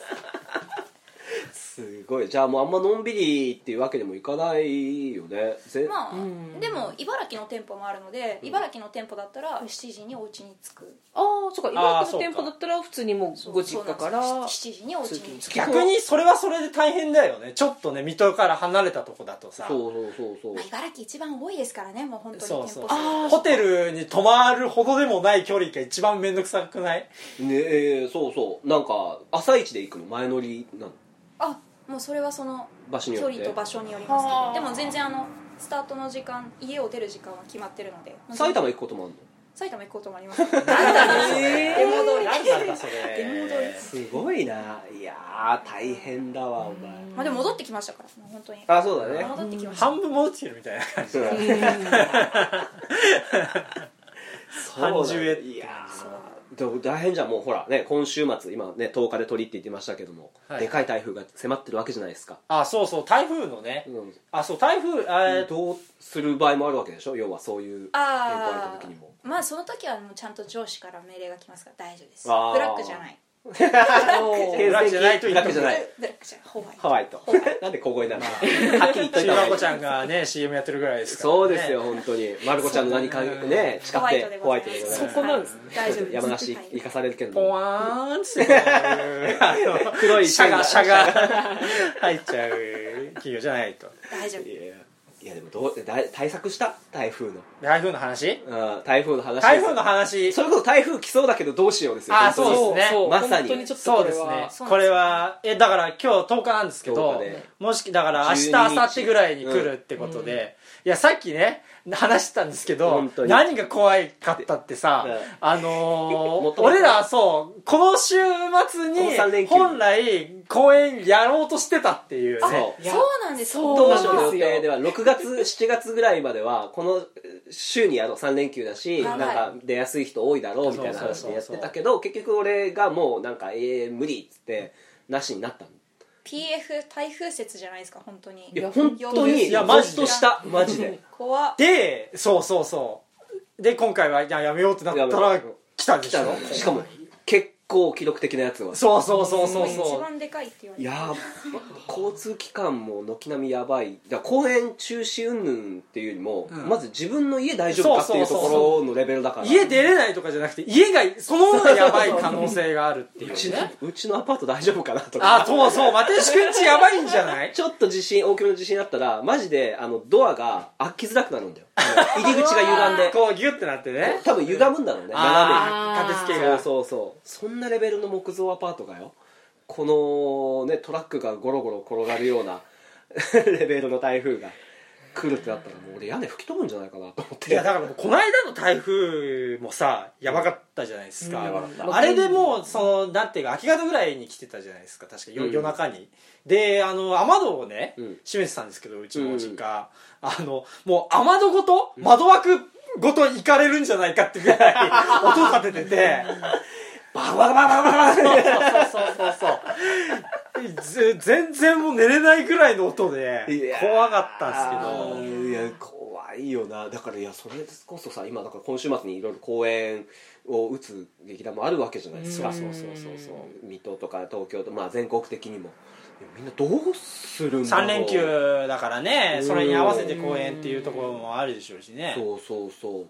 [SPEAKER 2] すごいじゃあもうあんまのんびりっていうわけにもいかないよねぜ
[SPEAKER 4] ま
[SPEAKER 3] う
[SPEAKER 4] あ
[SPEAKER 3] ん
[SPEAKER 4] でも茨城の店舗もあるので茨城の店舗だったら7時にお家に着く
[SPEAKER 3] ああそうか
[SPEAKER 1] あ
[SPEAKER 3] 茨
[SPEAKER 1] ー
[SPEAKER 3] 城の店舗だったら普通にもうご実家から
[SPEAKER 4] そうなんです7時にお家に着く
[SPEAKER 1] 逆にそれはそれで大変だよねちょっとね水戸から離れたとこだとさ
[SPEAKER 2] そうそうそうそう
[SPEAKER 4] まあ茨城一番多いですからねもう本当に店
[SPEAKER 1] そうそう
[SPEAKER 4] 舗数あ
[SPEAKER 1] ホテルに泊まるほどでもない距離が一番面倒くさくない
[SPEAKER 2] ねえーそうそうなんか朝一で行くの前乗りなの
[SPEAKER 4] もうそれはその
[SPEAKER 2] 場所によ
[SPEAKER 4] 距
[SPEAKER 2] って
[SPEAKER 4] 離と場所によります
[SPEAKER 3] はあ
[SPEAKER 4] けどでも全然あのスタートの時間家を出る時間は決まってるので
[SPEAKER 2] 埼玉行くこともあるの
[SPEAKER 4] 埼玉行くこともあ ります出戻
[SPEAKER 1] え
[SPEAKER 4] り
[SPEAKER 1] 何なんだそれ
[SPEAKER 4] 出戻り
[SPEAKER 2] すごいないやー大変だわお前
[SPEAKER 4] まあでも戻ってきましたからもう本当に
[SPEAKER 2] あそうだね
[SPEAKER 4] 戻ってきました
[SPEAKER 1] 半分戻ってきてるみたいな感じ
[SPEAKER 2] そうだね
[SPEAKER 1] 半十円
[SPEAKER 2] いやーでも大変じゃんもうほらね今週末今ね10日で鳥って言ってましたけども、
[SPEAKER 1] はい
[SPEAKER 2] でかい台風が迫ってるわけじゃないですか、
[SPEAKER 1] あそうそう台風のねあそう台風あー
[SPEAKER 2] どうする場合もあるわけでしょ要はそういう変更あ
[SPEAKER 4] あ
[SPEAKER 2] れた時にも
[SPEAKER 4] あまあその時はもうちゃんと上司から命令が来ますから大丈夫ですブ
[SPEAKER 2] あー
[SPEAKER 4] ラックじゃない
[SPEAKER 1] ブラックじゃないと言っ
[SPEAKER 2] ブラックじゃない
[SPEAKER 4] ブラックじゃないホワイ
[SPEAKER 2] ハ
[SPEAKER 4] ト
[SPEAKER 2] ワイとなんで小声 なのはっきり言っとい
[SPEAKER 1] ちび
[SPEAKER 2] た
[SPEAKER 1] ま
[SPEAKER 2] 方
[SPEAKER 1] こ
[SPEAKER 2] が
[SPEAKER 1] ちゃんがね CM やってるぐらいですから、ね、
[SPEAKER 2] そうですよ本当にまる子ちゃんの何かね近くてホ
[SPEAKER 4] ホ
[SPEAKER 2] ワ
[SPEAKER 4] ワ
[SPEAKER 2] イ
[SPEAKER 4] イ
[SPEAKER 2] ト
[SPEAKER 4] ト
[SPEAKER 2] でございま
[SPEAKER 4] でございますす
[SPEAKER 3] そこなんです
[SPEAKER 4] 大丈夫です
[SPEAKER 2] 山梨行かされるけど
[SPEAKER 1] ポ
[SPEAKER 2] も
[SPEAKER 1] ワーンっていう
[SPEAKER 2] 黒い
[SPEAKER 1] シャ
[SPEAKER 2] 線
[SPEAKER 1] ガ
[SPEAKER 2] が
[SPEAKER 1] シャガ入っちゃう企業じゃないと
[SPEAKER 4] 大丈夫
[SPEAKER 2] いやいやでもどうだい対策した台風の
[SPEAKER 1] 台風の話
[SPEAKER 2] うん台風の話です
[SPEAKER 1] 台風の話
[SPEAKER 2] それこそ台風来そうだけどどうしようですよ
[SPEAKER 1] あー
[SPEAKER 2] 本当に
[SPEAKER 1] そうですね
[SPEAKER 2] まさに
[SPEAKER 3] 本当にちょっと
[SPEAKER 1] そ
[SPEAKER 3] こ
[SPEAKER 1] う
[SPEAKER 3] れ
[SPEAKER 1] です
[SPEAKER 3] は
[SPEAKER 1] ね
[SPEAKER 4] そうなんです
[SPEAKER 1] これはえだから今日10日なんですけ
[SPEAKER 2] 10
[SPEAKER 1] ど
[SPEAKER 2] 日で
[SPEAKER 1] もしだから明日
[SPEAKER 2] 12
[SPEAKER 1] 明
[SPEAKER 2] 日
[SPEAKER 1] 後日ぐらいに来るってことで、いやさっきね話したんですけど
[SPEAKER 2] 本当に
[SPEAKER 1] 何が怖いかったってさ、
[SPEAKER 2] うん
[SPEAKER 1] あの ー
[SPEAKER 2] 元々
[SPEAKER 1] 俺らそうこの週
[SPEAKER 2] この三
[SPEAKER 1] 末に
[SPEAKER 2] 連休に
[SPEAKER 1] 本来公演やろうとしてたっていう
[SPEAKER 2] そう
[SPEAKER 1] ね
[SPEAKER 4] そうなんです
[SPEAKER 3] そう
[SPEAKER 2] 当
[SPEAKER 4] 本
[SPEAKER 2] 初
[SPEAKER 4] 当
[SPEAKER 2] の
[SPEAKER 4] は
[SPEAKER 2] 予定では6月7月ぐらいまではこの週にあの3連休だし
[SPEAKER 4] は
[SPEAKER 2] なん
[SPEAKER 4] い
[SPEAKER 2] か出やすい人多いだろうみたいな話でやってたけど結局俺がもうなんかええ無理っつってなしになったの
[SPEAKER 4] PF 台風説じゃないですか本当に
[SPEAKER 2] いや
[SPEAKER 3] や
[SPEAKER 2] 本当に
[SPEAKER 1] いやマジ
[SPEAKER 2] ゾッとしたマジで
[SPEAKER 4] 怖っ
[SPEAKER 1] でそうそうそうで今回はややめようってなった
[SPEAKER 2] やめよ
[SPEAKER 1] ら
[SPEAKER 2] う
[SPEAKER 1] 来たで
[SPEAKER 2] 来
[SPEAKER 1] しょ
[SPEAKER 2] たのしかも結構記録的なやつは
[SPEAKER 1] そうそうそうそう
[SPEAKER 4] 一
[SPEAKER 1] そう
[SPEAKER 4] 番でかいって言われ
[SPEAKER 2] い
[SPEAKER 4] て
[SPEAKER 2] やー交通機関も軒並みやばいだから公園中止云々っていうよりも、
[SPEAKER 1] うん
[SPEAKER 2] まず自分の家大丈夫かっていうところのレベルだから
[SPEAKER 1] 家出れないとかじゃなくて家がそのものがやばい可能性があるっていうう
[SPEAKER 2] ち
[SPEAKER 1] ね
[SPEAKER 2] うちのアパート大丈夫かなとか
[SPEAKER 1] あそうそう又吉くんちやばいんじゃない
[SPEAKER 2] ちょっと地震大きめの地震あったらマジであのドアが開きづらくなるんだよあの入り口が歪んで
[SPEAKER 1] こうギュッてなってね
[SPEAKER 2] 多分歪むんだろうね斜
[SPEAKER 1] ああ
[SPEAKER 3] 斜めに
[SPEAKER 1] 立
[SPEAKER 2] め
[SPEAKER 1] て付
[SPEAKER 2] に
[SPEAKER 1] けが
[SPEAKER 2] そうそうそうそんなレベルの木造アパートがよこのねトラックがゴロゴロ転がるようなレベルの台風が来るってなったらもう俺屋根吹き飛ぶんじゃないかなと思っ
[SPEAKER 1] いや
[SPEAKER 2] て
[SPEAKER 1] だからもうこの間の台風もさやばかったじゃないですか、
[SPEAKER 3] うんやばかった
[SPEAKER 1] あれでもうそのなんていうか明け方ぐらいに来てたじゃないですか確か夜,、
[SPEAKER 2] うん
[SPEAKER 1] 夜中にであの雨戸をね、
[SPEAKER 2] うん
[SPEAKER 1] 閉めてたんですけどうちの実家、あのもう雨戸ごと窓枠ごと行かれるんじゃないかってぐら い音立てててバーバーバーバーバーバー
[SPEAKER 3] そうそうそうそう
[SPEAKER 1] ぜ全然もう寝れないぐらいの音で
[SPEAKER 2] いやー
[SPEAKER 1] 怖かったんですけど
[SPEAKER 2] いや怖いよなだからいやそれこそさ今だから今週末にいろいろ公演を打つ劇団もあるわけじゃないですか
[SPEAKER 3] うん
[SPEAKER 2] そうそうそうそう水戸とか東京とまあ全国的にもいやみんなどうするんだろう
[SPEAKER 1] 3連休だからね
[SPEAKER 2] うん
[SPEAKER 1] それに合わせて公演っていうところもあるでしょうしね
[SPEAKER 2] そうそうそう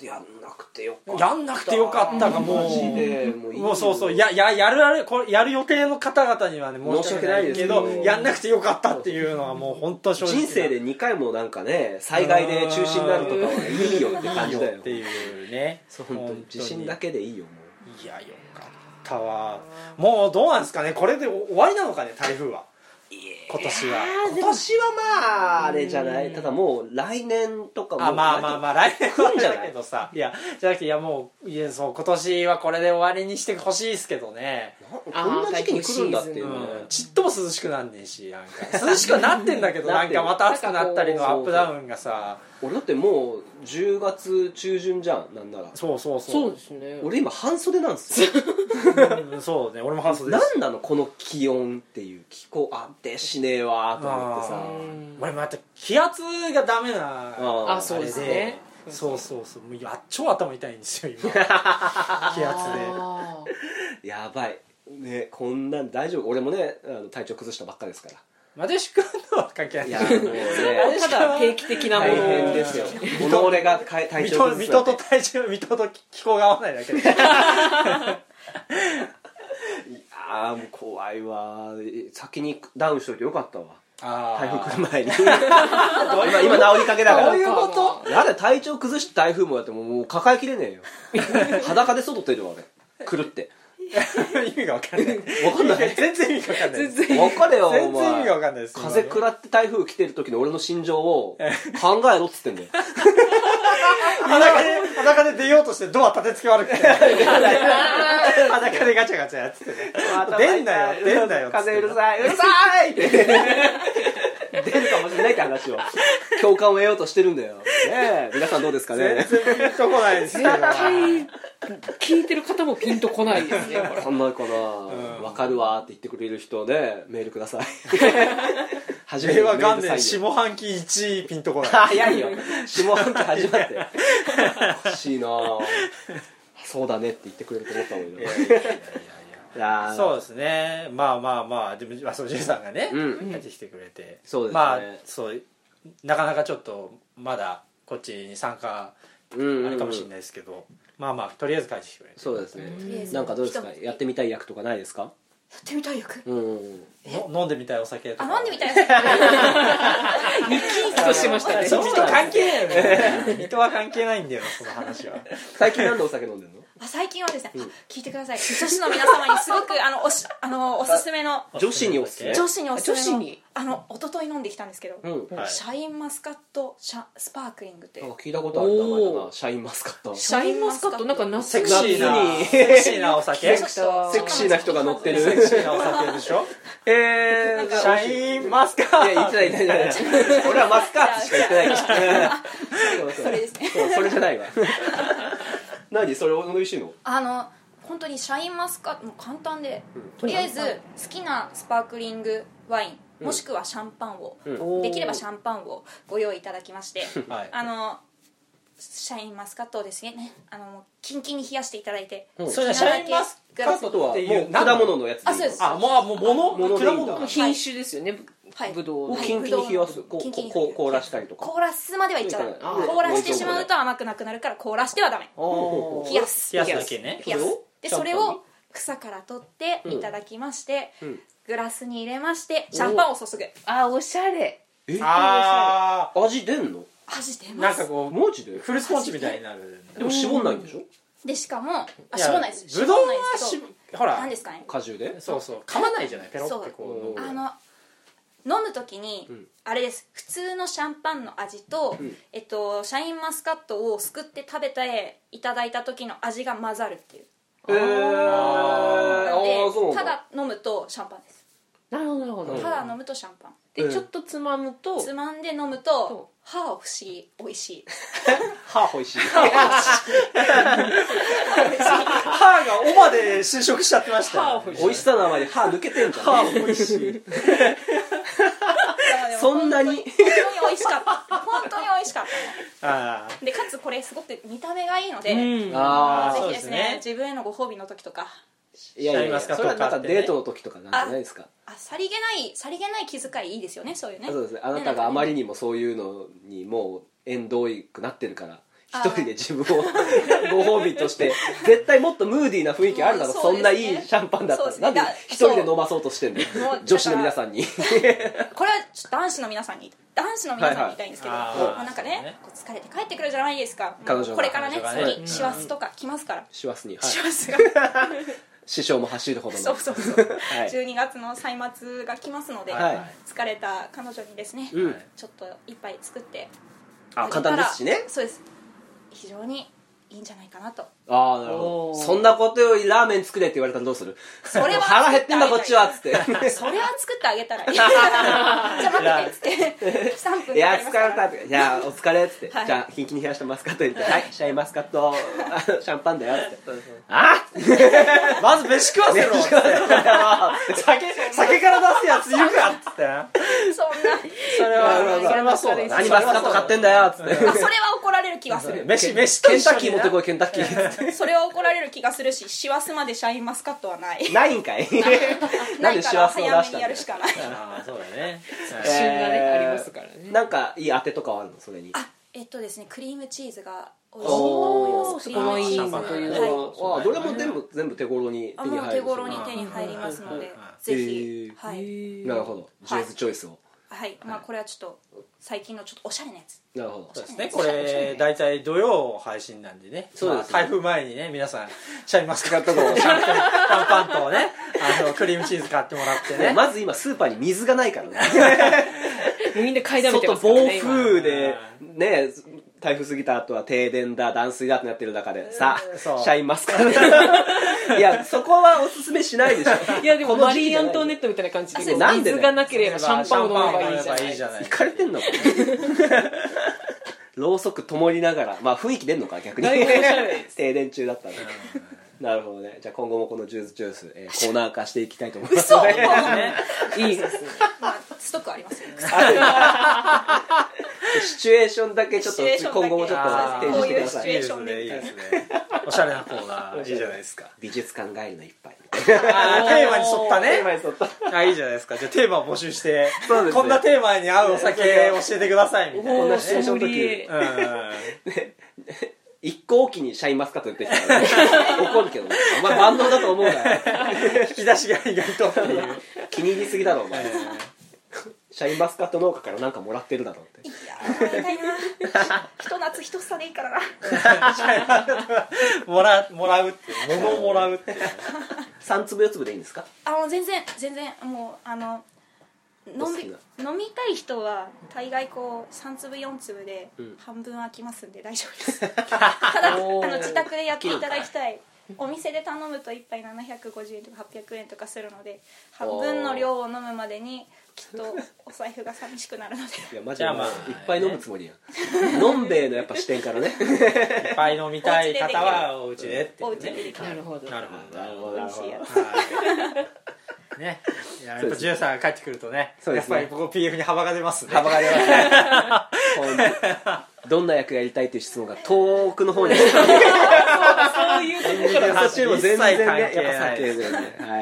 [SPEAKER 2] いややんなくてよかった
[SPEAKER 1] やんなくてよかったがも
[SPEAKER 2] マ
[SPEAKER 1] う
[SPEAKER 2] ジでもういいよ
[SPEAKER 1] もうそうそうやややるあれこれやる予定の方々にはね申し訳ないけ
[SPEAKER 2] 申し訳ないですけ
[SPEAKER 1] ど
[SPEAKER 2] ど
[SPEAKER 1] やんなくてよかったっていうのはもう本当正直
[SPEAKER 2] 人生で2回もなんかね災害で中止になるとかはいいよって感じだよ
[SPEAKER 1] っていうね
[SPEAKER 2] そう本当に地震だけでいいよもう
[SPEAKER 1] いやよかったわもうどうなんですかねこれで終わりなのかね台風は今年は
[SPEAKER 2] 今年はまああれじゃないただもう来年とかも
[SPEAKER 1] あまあまあまあ来年
[SPEAKER 2] 来るんじゃ
[SPEAKER 1] は
[SPEAKER 2] ない
[SPEAKER 1] だけどさ いやじゃなくていやもういやそう今年はこれで終わりにしてほしいですけどね、
[SPEAKER 2] あこんな時期に来るんだっていううね
[SPEAKER 1] ん、ちっとも涼しくなんねえしなん か涼しくはなってんだけど
[SPEAKER 2] なっ
[SPEAKER 1] な
[SPEAKER 2] て
[SPEAKER 1] ん
[SPEAKER 2] る
[SPEAKER 1] かまた暑くなったりの
[SPEAKER 2] なんか
[SPEAKER 1] ア
[SPEAKER 2] こ
[SPEAKER 1] ッ
[SPEAKER 2] う
[SPEAKER 1] プダウンがさ
[SPEAKER 2] 俺だってもう10月中旬じゃんなんなら
[SPEAKER 1] そうそうそ
[SPEAKER 3] そううですね
[SPEAKER 2] 俺今半袖なんですよ
[SPEAKER 1] うんそうね俺も半袖です
[SPEAKER 2] 何なのこの気温っていう気候安定しねえわと思って
[SPEAKER 1] あ
[SPEAKER 2] さ
[SPEAKER 3] うん
[SPEAKER 1] 俺もまた気圧がダメな
[SPEAKER 2] あ
[SPEAKER 3] あそうですね
[SPEAKER 1] あれでそうそうそうもうや超頭痛いんです よ今気圧で
[SPEAKER 3] あー
[SPEAKER 2] やばいねこんなん大丈夫俺もねあの体調崩したばっかですか
[SPEAKER 1] マデシ君とは関係な
[SPEAKER 2] ら
[SPEAKER 1] い
[SPEAKER 2] いやもうね
[SPEAKER 3] ただ定期的なもの
[SPEAKER 2] 大変ですよ己がかい体
[SPEAKER 1] 水
[SPEAKER 2] 調
[SPEAKER 1] 戸
[SPEAKER 2] 崩
[SPEAKER 1] 水
[SPEAKER 2] すな
[SPEAKER 1] 戸
[SPEAKER 2] んて
[SPEAKER 1] と体重水戸と気候が合わないだけで
[SPEAKER 2] ああもう怖いわ先にダウンしといてよかったわ
[SPEAKER 1] あ
[SPEAKER 2] 台風来る 前に今今治りかけだから
[SPEAKER 1] どういうこと
[SPEAKER 2] やだ体調崩して台風もやってももう抱えきれねえよ裸で外出るわ俺狂って
[SPEAKER 1] 意味が分かんない
[SPEAKER 2] 分かんない
[SPEAKER 1] 全然意味が分かんない
[SPEAKER 3] 全然
[SPEAKER 2] 分かれよお前
[SPEAKER 1] 全然意味が分かんないです
[SPEAKER 2] 風食らって台風来てる時の俺の心情を考えろっつってんだよ
[SPEAKER 1] 裸で裸で出ようとしてドア立てつけ悪 くて裸でガチャガチャやっててね出んなよ出んなよっつって
[SPEAKER 2] 風うるさいうるさいって出るかもしれないって話を 共感を得ようとしてるんだよねえ皆さんどうですかね
[SPEAKER 1] 全然ピンとこないですけど
[SPEAKER 3] 絶対聞いてる方もピンとこないですね これ
[SPEAKER 2] そんないかな、
[SPEAKER 1] ん
[SPEAKER 2] わかるわって言ってくれる人でメールくだ さい初
[SPEAKER 1] 令和元
[SPEAKER 2] メール
[SPEAKER 1] 年
[SPEAKER 2] 採用
[SPEAKER 1] 下半期1位ピンとこない
[SPEAKER 2] 早いよ下半期始まって欲しいなそうだねって言ってくれると思ったもん今いやー
[SPEAKER 1] そうですねまあまあまあでもまあそうジュンさんがね、
[SPEAKER 2] うん
[SPEAKER 1] 帰ってきてくれて
[SPEAKER 2] そうですね
[SPEAKER 1] まあそうなかなかちょっとまだこっちに参加
[SPEAKER 2] うん
[SPEAKER 1] あれかもしれないですけど、まあまあとりあえず帰ってきてくれて
[SPEAKER 2] そうですね
[SPEAKER 4] とりあえず
[SPEAKER 2] なんかどうですか
[SPEAKER 4] 一目
[SPEAKER 2] やってみたい役とかないですか
[SPEAKER 4] やってみたいよく
[SPEAKER 2] うんうん
[SPEAKER 1] の飲んでみたいお酒とか
[SPEAKER 4] あ飲んでみたいです
[SPEAKER 3] 生き生きとしましたね
[SPEAKER 1] そう水戸関係ないよね 水戸は関係ないんだよなその話は
[SPEAKER 2] 最近何でお酒飲んでんの
[SPEAKER 4] あ最近はですね、あ聞いてください女子の皆様にすごくあのおしあのおすすめの
[SPEAKER 2] 女子におすすめ
[SPEAKER 4] 女子におすすめの
[SPEAKER 3] 女子に
[SPEAKER 4] あの一昨日飲んできたんですけど、
[SPEAKER 2] うん
[SPEAKER 1] はい
[SPEAKER 4] シャインマスカットシャスパークリングってい
[SPEAKER 2] なん
[SPEAKER 4] う
[SPEAKER 2] か聞いたことある名前だ
[SPEAKER 3] お
[SPEAKER 2] なシャインマスカット
[SPEAKER 3] シャインマスカットなんか夏
[SPEAKER 1] セクシーな
[SPEAKER 2] 夏に
[SPEAKER 1] セクシーなお酒
[SPEAKER 3] セ
[SPEAKER 1] セ
[SPEAKER 3] ク
[SPEAKER 1] ク
[SPEAKER 3] シー
[SPEAKER 2] セクシーな人が乗ってる
[SPEAKER 1] シーなお酒でしょ
[SPEAKER 2] え
[SPEAKER 1] シャインマスカー
[SPEAKER 2] いや、言ってない、言ってない、言ってない。俺はマスカーツしか言ってないから。
[SPEAKER 4] それですね
[SPEAKER 2] そう、それじゃないわ。何それ美味しいの
[SPEAKER 4] あの本当にシャインマスカットもう簡単で、とりあえず好きなスパークリングワイン、
[SPEAKER 2] うん
[SPEAKER 4] もしくはシャンパンを、
[SPEAKER 2] うん
[SPEAKER 3] おー
[SPEAKER 4] できればシャンパンをご用意いただきまして
[SPEAKER 1] はい
[SPEAKER 4] あのシャインマスカットをですねあのもうキンキンに冷やしていただいて、
[SPEAKER 2] うん
[SPEAKER 1] それじゃシャインマスカ
[SPEAKER 2] あ
[SPEAKER 1] ッ
[SPEAKER 2] と
[SPEAKER 1] ト
[SPEAKER 2] は、
[SPEAKER 1] って
[SPEAKER 2] も
[SPEAKER 1] いう
[SPEAKER 2] う果物のやつでいいの
[SPEAKER 4] あそうです
[SPEAKER 1] あもうもう物
[SPEAKER 2] 物でいいんだ
[SPEAKER 1] 果物
[SPEAKER 3] 品種ですよね
[SPEAKER 4] はい
[SPEAKER 3] ぶどう
[SPEAKER 2] を
[SPEAKER 3] の
[SPEAKER 4] はい
[SPEAKER 2] キンキンに冷やす。こ
[SPEAKER 4] キン
[SPEAKER 2] う、
[SPEAKER 4] キンに
[SPEAKER 2] こう、凍らしたりとか。
[SPEAKER 4] 凍らすまではいっちゃダメ
[SPEAKER 2] あー
[SPEAKER 4] 凍らしてしまうと甘くなくなるから凍らしてはダメ
[SPEAKER 2] おー
[SPEAKER 4] 冷やす
[SPEAKER 1] 冷やすだけね
[SPEAKER 4] 冷やす
[SPEAKER 2] それをシャンパンに
[SPEAKER 4] でそれを草から取っていただきまして、
[SPEAKER 2] うん
[SPEAKER 4] グラスに入れましてシャンパンを注ぐ
[SPEAKER 3] あおしゃれ
[SPEAKER 2] え
[SPEAKER 1] あ
[SPEAKER 2] 味出んの
[SPEAKER 4] 味出
[SPEAKER 1] ーな
[SPEAKER 4] ま
[SPEAKER 1] んか
[SPEAKER 4] す
[SPEAKER 1] こ
[SPEAKER 2] マジで
[SPEAKER 1] うフルスポンジみたいになる
[SPEAKER 2] でも絞んないんでしょ
[SPEAKER 4] でしかもあ
[SPEAKER 1] いや
[SPEAKER 4] 絞らないです
[SPEAKER 1] ぶどう
[SPEAKER 4] 絞
[SPEAKER 1] は
[SPEAKER 4] らないですけど
[SPEAKER 1] しほら
[SPEAKER 4] 何ですかね
[SPEAKER 2] 果汁で
[SPEAKER 1] そうそう噛まないじゃないペロって
[SPEAKER 4] そ
[SPEAKER 1] こ
[SPEAKER 2] う
[SPEAKER 1] う
[SPEAKER 4] あの飲む時に、
[SPEAKER 2] うん
[SPEAKER 4] あれです普通のシャンパンの味と、
[SPEAKER 2] うん
[SPEAKER 4] えっと、シャインマスカットをすくって食べていただいた時の味が混ざるっていう
[SPEAKER 2] えー、
[SPEAKER 4] なの
[SPEAKER 2] ああそうな
[SPEAKER 4] でた
[SPEAKER 2] んだ
[SPEAKER 4] だ飲むとシャンパンです
[SPEAKER 3] なるほどなるほど、
[SPEAKER 2] うん
[SPEAKER 4] ただ飲むとシャンパン
[SPEAKER 3] でちょっとつまむと、
[SPEAKER 4] つまんで飲むと
[SPEAKER 3] そ
[SPEAKER 4] 歯を不思議美味しい
[SPEAKER 2] 歯欲しい
[SPEAKER 1] 歯がおまで侵食しちゃってましたよ、
[SPEAKER 2] 美味しさのあまり歯抜けてんじゃん
[SPEAKER 1] 歯美味しい
[SPEAKER 2] そんなに
[SPEAKER 4] 本当に美味しかった本当に美味しかっ
[SPEAKER 1] あー
[SPEAKER 4] たでかつこれすごく見た目がいいので、ぜ
[SPEAKER 3] うん、
[SPEAKER 2] あ
[SPEAKER 1] ー
[SPEAKER 4] ひ
[SPEAKER 1] そう
[SPEAKER 4] で
[SPEAKER 1] ですす
[SPEAKER 4] ね
[SPEAKER 1] ね
[SPEAKER 4] 自分へのご褒美の時とか
[SPEAKER 2] あいやいやいや
[SPEAKER 1] シャインマスカッ
[SPEAKER 2] そ
[SPEAKER 1] ト
[SPEAKER 2] れはなん
[SPEAKER 1] 買
[SPEAKER 2] か
[SPEAKER 1] ってね
[SPEAKER 2] デートの時とかなんじゃないですか
[SPEAKER 4] あさりげないさりげない気遣いいいですよねそういうね
[SPEAKER 2] そうですねあなたがあまりにもそういうのにもう縁遠くなってるから
[SPEAKER 4] あ
[SPEAKER 2] 一人で自分を ご褒美として絶対もっとムーディーな雰囲気あるだろ
[SPEAKER 4] うん
[SPEAKER 2] そんないい
[SPEAKER 4] そうですね
[SPEAKER 2] シャンパンだった
[SPEAKER 4] そう
[SPEAKER 2] ら
[SPEAKER 4] で
[SPEAKER 2] な
[SPEAKER 4] す
[SPEAKER 2] んで
[SPEAKER 4] ねだ
[SPEAKER 2] 一人で飲まそうとしてんの
[SPEAKER 4] そう
[SPEAKER 2] 女子の皆さんに
[SPEAKER 4] これはちょっと男子の皆さんに男子の皆さんに言いたいんですけど、
[SPEAKER 1] はいはい
[SPEAKER 4] も
[SPEAKER 1] あ
[SPEAKER 4] う
[SPEAKER 1] ー
[SPEAKER 4] なんか
[SPEAKER 1] そう
[SPEAKER 4] ね
[SPEAKER 1] ね
[SPEAKER 4] こう疲れて帰ってくるじゃないですか
[SPEAKER 2] 彼女が
[SPEAKER 4] これからね
[SPEAKER 1] 彼女がね
[SPEAKER 4] 次師走とか来ますから、
[SPEAKER 2] 師走に、はい、
[SPEAKER 4] 師走が
[SPEAKER 2] 師匠も走るほどの
[SPEAKER 4] そうそうそう、
[SPEAKER 2] はい
[SPEAKER 4] 12月の歳末が来ますので、
[SPEAKER 2] はい
[SPEAKER 4] 疲れた彼女にですね、
[SPEAKER 2] うん
[SPEAKER 4] ちょっと一杯作って
[SPEAKER 2] あ簡単ですしね
[SPEAKER 4] そうです非常にいいんじゃないかなと
[SPEAKER 2] ああなるほ
[SPEAKER 3] お
[SPEAKER 2] ど
[SPEAKER 3] ー
[SPEAKER 2] そんなことよりラーメン作れって言われたらどうする
[SPEAKER 4] それは
[SPEAKER 2] 腹減ってんだこっちはっつって
[SPEAKER 4] それは作ってあげた らいいじゃあ待っててっつって3分
[SPEAKER 2] いや疲
[SPEAKER 4] かかります
[SPEAKER 2] れ
[SPEAKER 4] から
[SPEAKER 2] たってじゃあお疲れっつって、
[SPEAKER 4] はい
[SPEAKER 2] じゃあキンキンに冷やしたマスカット入れてはいシャインマスカットあのシャンパンだよっつってあっ
[SPEAKER 1] まず飯食わせろって酒酒から出すやついるかっつって
[SPEAKER 4] そ ん
[SPEAKER 1] それはそれはそうだ
[SPEAKER 2] 何マスカット買ってんだよっつって
[SPEAKER 4] なあそれは怒られる気がする
[SPEAKER 1] 飯飯と
[SPEAKER 2] ケ
[SPEAKER 1] 一
[SPEAKER 2] ンタ
[SPEAKER 1] 緒
[SPEAKER 2] ッキー持ってこいケンタッキーっつっ
[SPEAKER 4] それは怒られる気がするし師走までシャインマスカットは ない
[SPEAKER 2] てないんかいな
[SPEAKER 4] なんい
[SPEAKER 2] で
[SPEAKER 4] か
[SPEAKER 2] 幸
[SPEAKER 4] ら
[SPEAKER 2] せを出
[SPEAKER 4] 早
[SPEAKER 2] し
[SPEAKER 4] め
[SPEAKER 2] たん
[SPEAKER 4] にや
[SPEAKER 2] だ
[SPEAKER 4] る
[SPEAKER 2] よ
[SPEAKER 4] しかない
[SPEAKER 1] ああそうだね
[SPEAKER 3] 旬がね、
[SPEAKER 2] えー
[SPEAKER 3] ありますからね
[SPEAKER 2] なんかいい当てとかはあるのそれに
[SPEAKER 4] あえっとですねクリームチーズが美味しい
[SPEAKER 2] お
[SPEAKER 4] と思いま
[SPEAKER 3] おー
[SPEAKER 4] すク
[SPEAKER 3] そ
[SPEAKER 4] リ
[SPEAKER 3] こもいい
[SPEAKER 4] ー
[SPEAKER 3] な
[SPEAKER 4] ムチ
[SPEAKER 3] とい
[SPEAKER 4] ー
[SPEAKER 3] う
[SPEAKER 4] ズ
[SPEAKER 3] の
[SPEAKER 4] は
[SPEAKER 3] は、
[SPEAKER 4] い
[SPEAKER 2] ああどれも全部全部手頃に
[SPEAKER 4] あ
[SPEAKER 2] 手に
[SPEAKER 4] もう
[SPEAKER 2] 入
[SPEAKER 4] 手
[SPEAKER 2] る
[SPEAKER 4] 頃に手に入りますのでぜひ
[SPEAKER 2] へー
[SPEAKER 4] はい
[SPEAKER 2] なるほどジュースチョイスを
[SPEAKER 4] はいまあこれはちょっと最近のちょっとおしゃれなやつ
[SPEAKER 2] なるほど
[SPEAKER 1] そうですねこれ大体土曜配信なんでね
[SPEAKER 2] そうですね
[SPEAKER 1] まあ台風前にね皆さんシャインマスカット
[SPEAKER 2] とこ
[SPEAKER 1] シャンパンシャンパンとねあのクリームチーズ買ってもらってね
[SPEAKER 2] まず今スーパーに水がないからね
[SPEAKER 3] みんな買いだめて
[SPEAKER 2] 外
[SPEAKER 3] ますから
[SPEAKER 2] 暴
[SPEAKER 3] ね
[SPEAKER 2] 風でね台風過ぎた後は停電だ断水だってなってる中でさあシ
[SPEAKER 1] そう
[SPEAKER 2] ャインマスカッ トいやそこはおすすめしないでしょ
[SPEAKER 3] 今いやでも
[SPEAKER 2] この
[SPEAKER 3] マ
[SPEAKER 2] 時期
[SPEAKER 3] リ
[SPEAKER 2] じ
[SPEAKER 3] ー・
[SPEAKER 2] ゃ
[SPEAKER 3] ア
[SPEAKER 2] ない
[SPEAKER 3] ントネットみたいな感じで
[SPEAKER 2] あそうなんでだよ
[SPEAKER 3] 水がなければシャンパンを飲めばいいじゃ
[SPEAKER 1] シャンパンを飲
[SPEAKER 3] ない
[SPEAKER 1] めばいいじゃない
[SPEAKER 2] 行かれてんのか なろうそく灯りながらまあ雰囲気出んのか逆に
[SPEAKER 3] だいぶおしゃれで
[SPEAKER 2] 停電中だったんでなるほどねじゃあ今後もこのジュースジュース、えー コーナー化していきたいと思います
[SPEAKER 4] そう
[SPEAKER 3] いいですね
[SPEAKER 4] まあストックありますよ
[SPEAKER 2] シチュエーションだけちょっと
[SPEAKER 4] シチュエーションだけ
[SPEAKER 2] 今後もちょっと
[SPEAKER 1] あ
[SPEAKER 2] 提
[SPEAKER 1] ー
[SPEAKER 2] 示してくださ
[SPEAKER 4] こういうシチュエ
[SPEAKER 2] い
[SPEAKER 4] ーションで
[SPEAKER 1] いいですねいいですねおしゃれなコーナーいいじゃないですか
[SPEAKER 2] 美術館帰りの一杯
[SPEAKER 1] あーテーマに沿っ たね
[SPEAKER 2] に沿った
[SPEAKER 1] あいいじゃないですかじゃあテーマを募集して、
[SPEAKER 2] そうですね
[SPEAKER 1] こんなテーマに合うお酒教えてくださいみたい
[SPEAKER 2] こ
[SPEAKER 1] なんね
[SPEAKER 2] なシチュエーションの時
[SPEAKER 3] ソムリエ
[SPEAKER 1] うん
[SPEAKER 2] 一個おきにシャインマスカット売ってきたから、ね、怒るけどねお前万能だと思うな
[SPEAKER 1] 引き出しが意外とっていう
[SPEAKER 2] 気に入りすぎだろお前
[SPEAKER 1] えー
[SPEAKER 2] シャインマスカット農家からなんかもらってるだろうって
[SPEAKER 4] いやー会いたい なひと夏ひとさでいいからな
[SPEAKER 1] もらもらうっていう物をもらうっていう
[SPEAKER 2] 3粒4粒でいいんですか
[SPEAKER 4] あもう全然全然もうあの
[SPEAKER 2] お
[SPEAKER 4] 飲
[SPEAKER 2] 好
[SPEAKER 4] み
[SPEAKER 2] きな
[SPEAKER 4] 飲みたい人は大概こう3粒4粒で
[SPEAKER 2] うん
[SPEAKER 4] 半分空きますんで大丈夫ですただあ
[SPEAKER 3] おー
[SPEAKER 4] の自宅でやっていただきたいお店で頼むと1杯750円とか800円とかするので半分の量を飲むまでにきっとお財布が寂しくなるので
[SPEAKER 2] いやマジ
[SPEAKER 1] じ
[SPEAKER 2] で
[SPEAKER 1] ゃ
[SPEAKER 2] も
[SPEAKER 1] あ
[SPEAKER 2] う
[SPEAKER 1] まあ
[SPEAKER 2] いっぱい飲むつもりやんのんべえのやっぱ視点から ね
[SPEAKER 1] いっぱい飲みたい方はお家でってい
[SPEAKER 4] お
[SPEAKER 1] う
[SPEAKER 4] 家で
[SPEAKER 1] ね
[SPEAKER 3] なるほど
[SPEAKER 1] なるほど
[SPEAKER 2] なるほど
[SPEAKER 4] 美
[SPEAKER 2] なる
[SPEAKER 4] 味し
[SPEAKER 2] ほ
[SPEAKER 4] いや
[SPEAKER 2] ど
[SPEAKER 4] つ
[SPEAKER 1] はいねいややっぱジュンさんが帰ってくるとね
[SPEAKER 2] そうですね
[SPEAKER 1] やっぱりここ PF に幅が出ますね
[SPEAKER 2] 幅がありますねほんとどんな役やりたいっていう質問が遠く の方に
[SPEAKER 3] そういうところから
[SPEAKER 2] そっちにも全然ねやっぱ避
[SPEAKER 1] 関係ない
[SPEAKER 2] けるよねはい